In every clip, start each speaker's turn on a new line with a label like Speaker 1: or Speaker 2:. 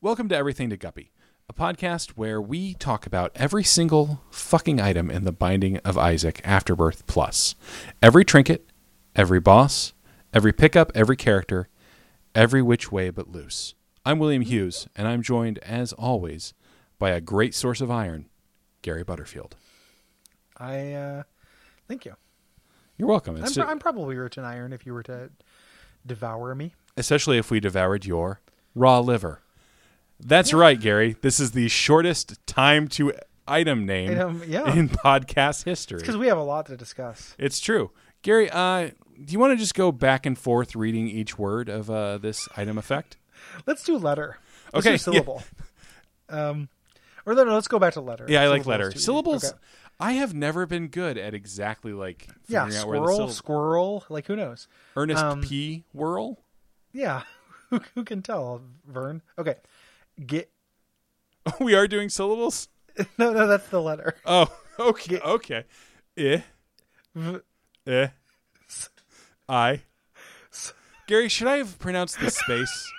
Speaker 1: Welcome to Everything to Guppy, a podcast where we talk about every single fucking item in the Binding of Isaac Afterbirth Plus. Every trinket, every boss, every pickup, every character, every which way but loose. I'm William Hughes, and I'm joined, as always, by a great source of iron, Gary Butterfield.
Speaker 2: I uh, thank you.
Speaker 1: You're welcome.
Speaker 2: I'm,
Speaker 1: It's-
Speaker 2: pro- I'm probably rich in iron if you were to devour me.
Speaker 1: especially if we devoured your raw liver. That's right, Gary. This is the shortest time to item name
Speaker 2: Item, yeah.
Speaker 1: in podcast history.
Speaker 2: Because we have a lot to discuss.
Speaker 1: It's true. Gary, uh, do you want to just go back and forth reading each word of uh, this item effect?
Speaker 2: Let's do letter. Let's
Speaker 1: Okay,
Speaker 2: do
Speaker 1: yeah.
Speaker 2: syllable. Um, or no, no, let's go back to letter.
Speaker 1: Yeah, I like
Speaker 2: Syllable is
Speaker 1: letter.
Speaker 2: too easy.
Speaker 1: Syllables.
Speaker 2: Okay.
Speaker 1: I have never been good at exactly like
Speaker 2: Yeah,
Speaker 1: figuring out where the
Speaker 2: squirrel,
Speaker 1: syllable.
Speaker 2: squirrel. Like who knows?
Speaker 1: Ernest
Speaker 2: um,
Speaker 1: P. Whirl.
Speaker 2: Yeah, who, who can tell? Vern. Okay, get.
Speaker 1: we are doing syllables.
Speaker 2: No, no, that's the letter.
Speaker 1: Oh, okay, okay. Eh,
Speaker 2: V-
Speaker 1: eh, I. Gary, should I have pronounced the space?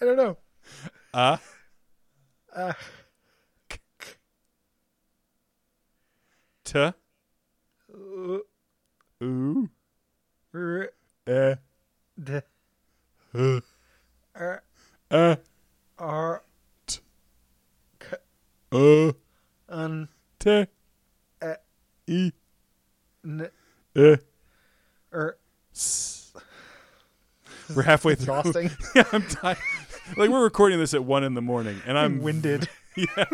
Speaker 2: I don't know.
Speaker 1: Uh,
Speaker 2: Uh,
Speaker 1: t,
Speaker 2: uh,
Speaker 1: ooh,
Speaker 2: r-
Speaker 1: eh,
Speaker 2: d-
Speaker 1: uh,
Speaker 2: r-
Speaker 1: uh,
Speaker 2: r-
Speaker 1: uh,
Speaker 2: un-
Speaker 1: t,
Speaker 2: Eh.
Speaker 1: e,
Speaker 2: n-
Speaker 1: eh,
Speaker 2: er,
Speaker 1: s. We're halfway through.
Speaker 2: exhausting.
Speaker 1: yeah, I'm tired. Like we're recording this at one in the morning, and I'm
Speaker 2: winded.
Speaker 1: Yeah.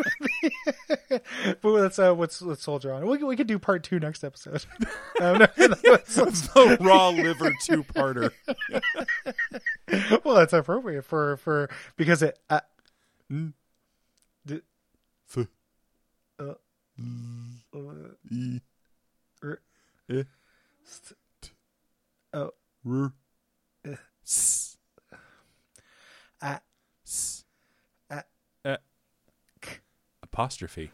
Speaker 2: but let's uh, let's let's soldier on. We can- we could do part two next episode. Um, no, let's- let's-
Speaker 1: the raw liver two-parter.
Speaker 2: well, that's appropriate for for because it. Uh,
Speaker 1: Mm.
Speaker 2: d-
Speaker 1: F,
Speaker 2: uh, uh,
Speaker 1: e,
Speaker 2: er,
Speaker 1: eh,
Speaker 2: st- oh,
Speaker 1: r,
Speaker 2: Eh.
Speaker 1: s.
Speaker 2: ah,
Speaker 1: S-
Speaker 2: A-
Speaker 1: a-
Speaker 2: K.
Speaker 1: E. apostrophe.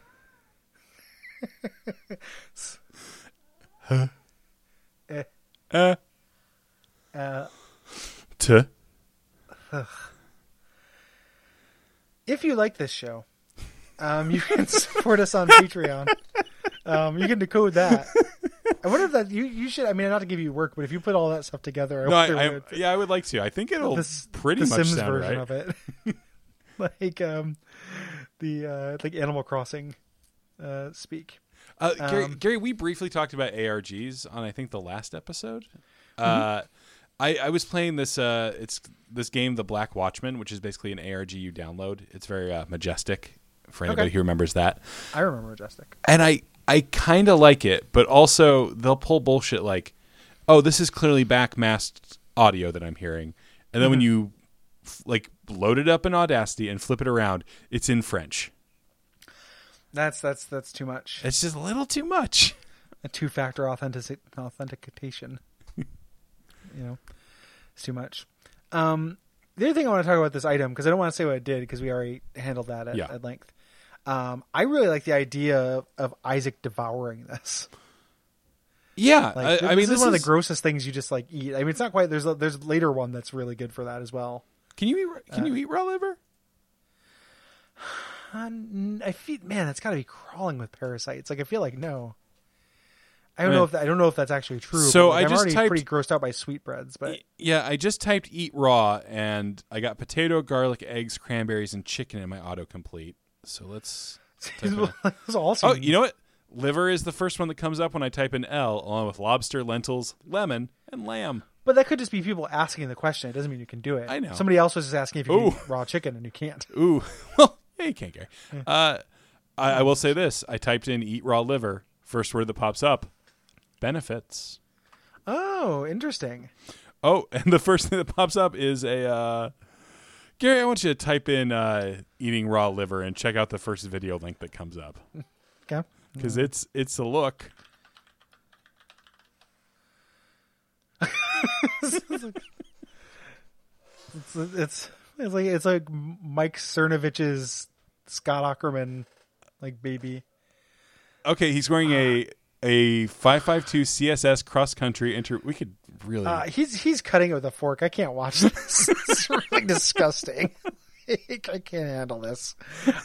Speaker 2: Eh.
Speaker 1: Uh,
Speaker 2: uh,
Speaker 1: t.
Speaker 2: if you like this show, um, you can support us on Patreon. Um, you can decode that. I wonder if that you, you should. I mean, not to give you work, but if you put all that stuff together, I
Speaker 1: No,
Speaker 2: wonder
Speaker 1: I, I,
Speaker 2: what-
Speaker 1: yeah, I would like to. I think it'll
Speaker 2: This-
Speaker 1: Oh, pretty
Speaker 2: the
Speaker 1: much
Speaker 2: Sims
Speaker 1: sound
Speaker 2: version
Speaker 1: right.
Speaker 2: of it, like um, the uh, like Animal Crossing uh, speak.
Speaker 1: Uh, Gary,
Speaker 2: Um,
Speaker 1: Gary, we briefly talked about ARGs on I think the last episode.
Speaker 2: Mm-hmm.
Speaker 1: Uh, I, I was playing this. Uh, it's this game, The Black Watchman, which is basically an ARG you download. It's very uh, majestic for anybody who remembers that.
Speaker 2: I remember Majestic.
Speaker 1: and I I kind of like it, but also they'll pull bullshit like, oh, this is clearly backmasked audio that I'm hearing, and then when
Speaker 2: Mm-hmm.
Speaker 1: you f- like load it up in Audacity and flip it around, it's in French.
Speaker 2: That's that's that's too much.
Speaker 1: It's just a little too much.
Speaker 2: A two factor authentic authentication. you know, it's too much. Um, the other thing I want to talk about this item because I don't want to say what it did because we already handled that at,
Speaker 1: Yeah.
Speaker 2: at length. Um, I really like the idea of, of Isaac devouring this.
Speaker 1: Yeah,
Speaker 2: Like,
Speaker 1: I, I mean,
Speaker 2: this, is one of the grossest things you just like eat. I mean, it's not quite. There's a, there's a later one that's really good for that as well.
Speaker 1: can you eat, can you eat raw liver?
Speaker 2: Uh, n- I feel man, that's got to be crawling with parasites. Like I feel like no. I don't
Speaker 1: Man.
Speaker 2: know if that, I don't know if that's actually true.
Speaker 1: So
Speaker 2: but, like,
Speaker 1: I
Speaker 2: I'm
Speaker 1: just
Speaker 2: already
Speaker 1: typed-
Speaker 2: pretty grossed out by sweetbreads, but
Speaker 1: Yeah, I just typed eat raw and I got potato, garlic, eggs, cranberries, and chicken in my autocomplete. So let's. type it in.
Speaker 2: it's also
Speaker 1: Oh, you know what? Liver is the first one that comes up when I type in L, along with lobster, lentils, lemon, and lamb.
Speaker 2: but that could just be people asking the question. It doesn't mean you can do it.
Speaker 1: I know.
Speaker 2: somebody else was just asking if you can
Speaker 1: Ooh.
Speaker 2: eat raw chicken and you can't.
Speaker 1: Ooh, well, yeah, you can't care. Uh, I, I will say this: I typed in "eat raw liver." First word that pops up: benefits.
Speaker 2: Oh, interesting.
Speaker 1: Oh, and the first thing that pops up is a uh, Gary. I want you to type in uh, "eating raw liver" and check out the first video link that comes up
Speaker 2: Okay.
Speaker 1: because it's it's a look.
Speaker 2: It's it's, it's like it's like Mike Cernovich's Scott Ackerman like baby.
Speaker 1: Okay, he's wearing a a five five two CSS cross country inter. We could really
Speaker 2: Uh, he's he's cutting it with a fork. I can't watch this. it's really disgusting. I can't handle this.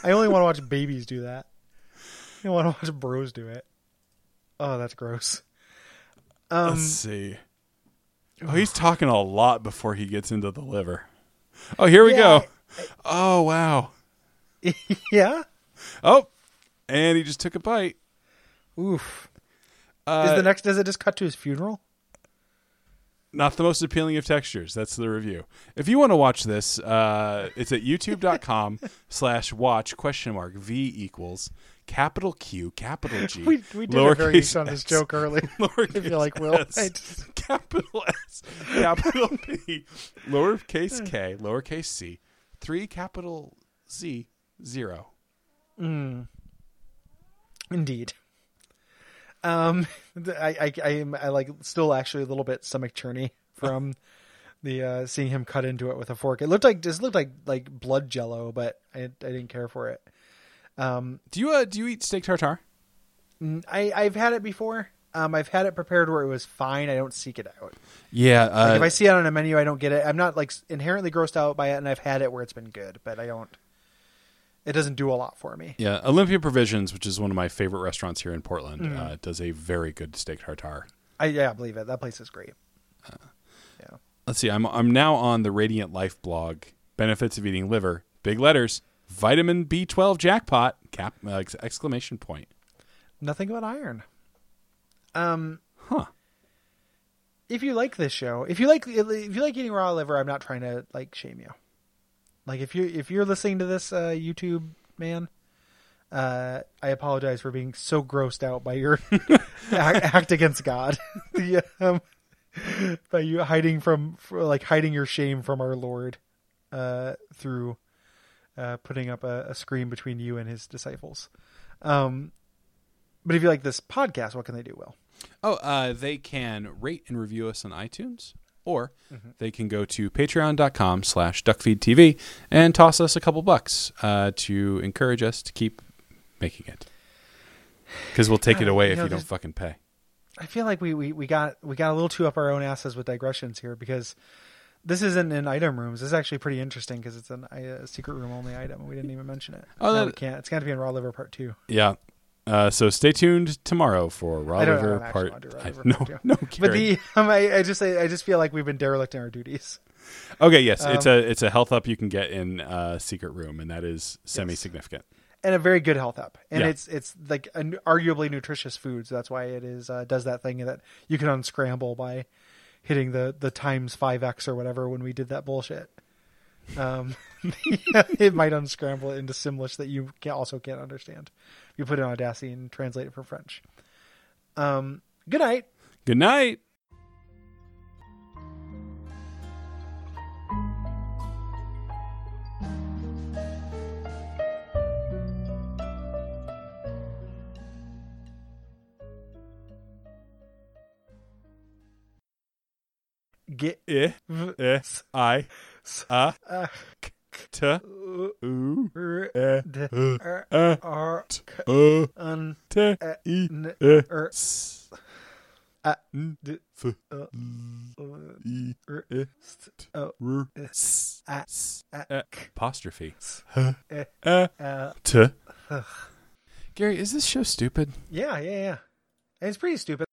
Speaker 2: I only want to watch babies do that. I don't want to watch bros do it. Oh, that's gross. Um,
Speaker 1: Let's see. Oh, he's talking a lot before he gets into the liver. Oh, here we
Speaker 2: Yeah,
Speaker 1: go. oh, wow.
Speaker 2: yeah.
Speaker 1: Oh, and he just took a bite.
Speaker 2: Oof.
Speaker 1: Uh,
Speaker 2: Is the next? Does it just cut to his funeral?
Speaker 1: not the most appealing of textures. That's the review. If you want to watch this, uh, it's at youtube.com slash watch question mark V equals capital Q, capital G.
Speaker 2: We we did a variation on this
Speaker 1: s,
Speaker 2: joke earlier. if you like, Will.
Speaker 1: lowercase
Speaker 2: I
Speaker 1: s,
Speaker 2: just-
Speaker 1: capital S, capital P, lowercase k, lowercase c, three capital Z, zero.
Speaker 2: Indeed. Um, th- I, I, I am, I like still actually a little bit stomach churny from the, uh, seeing him cut into it with a fork. It looked like, this looked like, like blood jello, but I, I didn't care for it.
Speaker 1: Do you uh, do you eat steak tartare?
Speaker 2: Mm, I, I've had it before. Um, I've had it prepared where it was fine. I don't seek it out.
Speaker 1: Yeah, uh,
Speaker 2: if I see it on a menu, I don't get it. I'm not like inherently grossed out by it and I've had it where it's been good, but I don't, it doesn't do a lot for me.
Speaker 1: Yeah, Olympia Provisions, which is one of my favorite restaurants here in Portland,
Speaker 2: Mm.
Speaker 1: uh, does a very good steak tartare.
Speaker 2: I, yeah, I believe it. That place is great. yeah.
Speaker 1: Let's see, I'm I'm now on the Radiant Life blog. Benefits of eating liver, big letters, vitamin B12 jackpot, cap uh, ex- exclamation point.
Speaker 2: Nothing about iron. Um,
Speaker 1: Huh.
Speaker 2: if you like this show, if you like if you like eating raw liver, I'm not trying to like shame you. Like if you if you're listening to this uh, YouTube man, uh, I apologize for being so grossed out by your act, act against God, the, um, by you hiding from for, like hiding your shame from our Lord uh, through uh, putting up a, a screen between you and his disciples. Um, but if you like this podcast, what can they do? Will
Speaker 1: Oh, uh, they can rate and review us on iTunes, or
Speaker 2: Mm-hmm.
Speaker 1: they can go to patreon.com slash duckfeedtv and toss us a couple bucks uh, to encourage us to keep making it. Because we'll take it away
Speaker 2: you
Speaker 1: if
Speaker 2: know,
Speaker 1: you don't
Speaker 2: there's-
Speaker 1: fucking pay.
Speaker 2: I feel like we, we, we got we got a little too up our own asses with digressions here because this isn't in item rooms. This is actually pretty interesting because it's an, a secret room only item. We didn't even mention it.
Speaker 1: Oh,
Speaker 2: no,
Speaker 1: that-
Speaker 2: we can't. It's going to be in Raw Liver Part Two.
Speaker 1: Yeah. Uh, so stay tuned tomorrow for Raw
Speaker 2: I don't- I
Speaker 1: Liver
Speaker 2: don't actually
Speaker 1: Part.
Speaker 2: wanna do Raw
Speaker 1: I-
Speaker 2: Liver
Speaker 1: no,
Speaker 2: Part two.
Speaker 1: no,
Speaker 2: But
Speaker 1: Karen.
Speaker 2: the um, I, I just I, I just feel like we've been derelict in our duties.
Speaker 1: okay, yes, it's
Speaker 2: Um,
Speaker 1: a it's a health up you can get in uh, Secret Room, and that is semi significant.
Speaker 2: and a very good health app. And
Speaker 1: Yeah.
Speaker 2: it's it's like an arguably nutritious food, so that's why it is uh, does that thing that you can unscramble by hitting the the times five x or whatever when we did that bullshit. Um, it might unscramble it into Simlish that you can, also can't understand. You put it in Audacity and translate it from French. Um, good night.
Speaker 1: Good night.
Speaker 2: Get
Speaker 1: Eh, eh, I, uh,
Speaker 2: uh,
Speaker 1: t, ooh, eh,
Speaker 2: d-
Speaker 1: uh,
Speaker 2: er,
Speaker 1: uh,
Speaker 2: ar-
Speaker 1: t, uh,
Speaker 2: un-
Speaker 1: t,
Speaker 2: eh,
Speaker 1: e,
Speaker 2: n-
Speaker 1: eh,
Speaker 2: er,
Speaker 1: s,
Speaker 2: uh,
Speaker 1: n,
Speaker 2: d-
Speaker 1: f, l,
Speaker 2: uh, uh,
Speaker 1: e,
Speaker 2: er,
Speaker 1: eh,
Speaker 2: st- oh,
Speaker 1: r,
Speaker 2: eh,
Speaker 1: s,
Speaker 2: ah,
Speaker 1: s,
Speaker 2: ah,
Speaker 1: eh, apostrophe,
Speaker 2: eh,
Speaker 1: eh,
Speaker 2: uh,
Speaker 1: t. Gary, is this show stupid?
Speaker 2: Yeah, yeah, yeah. And it's pretty stupid.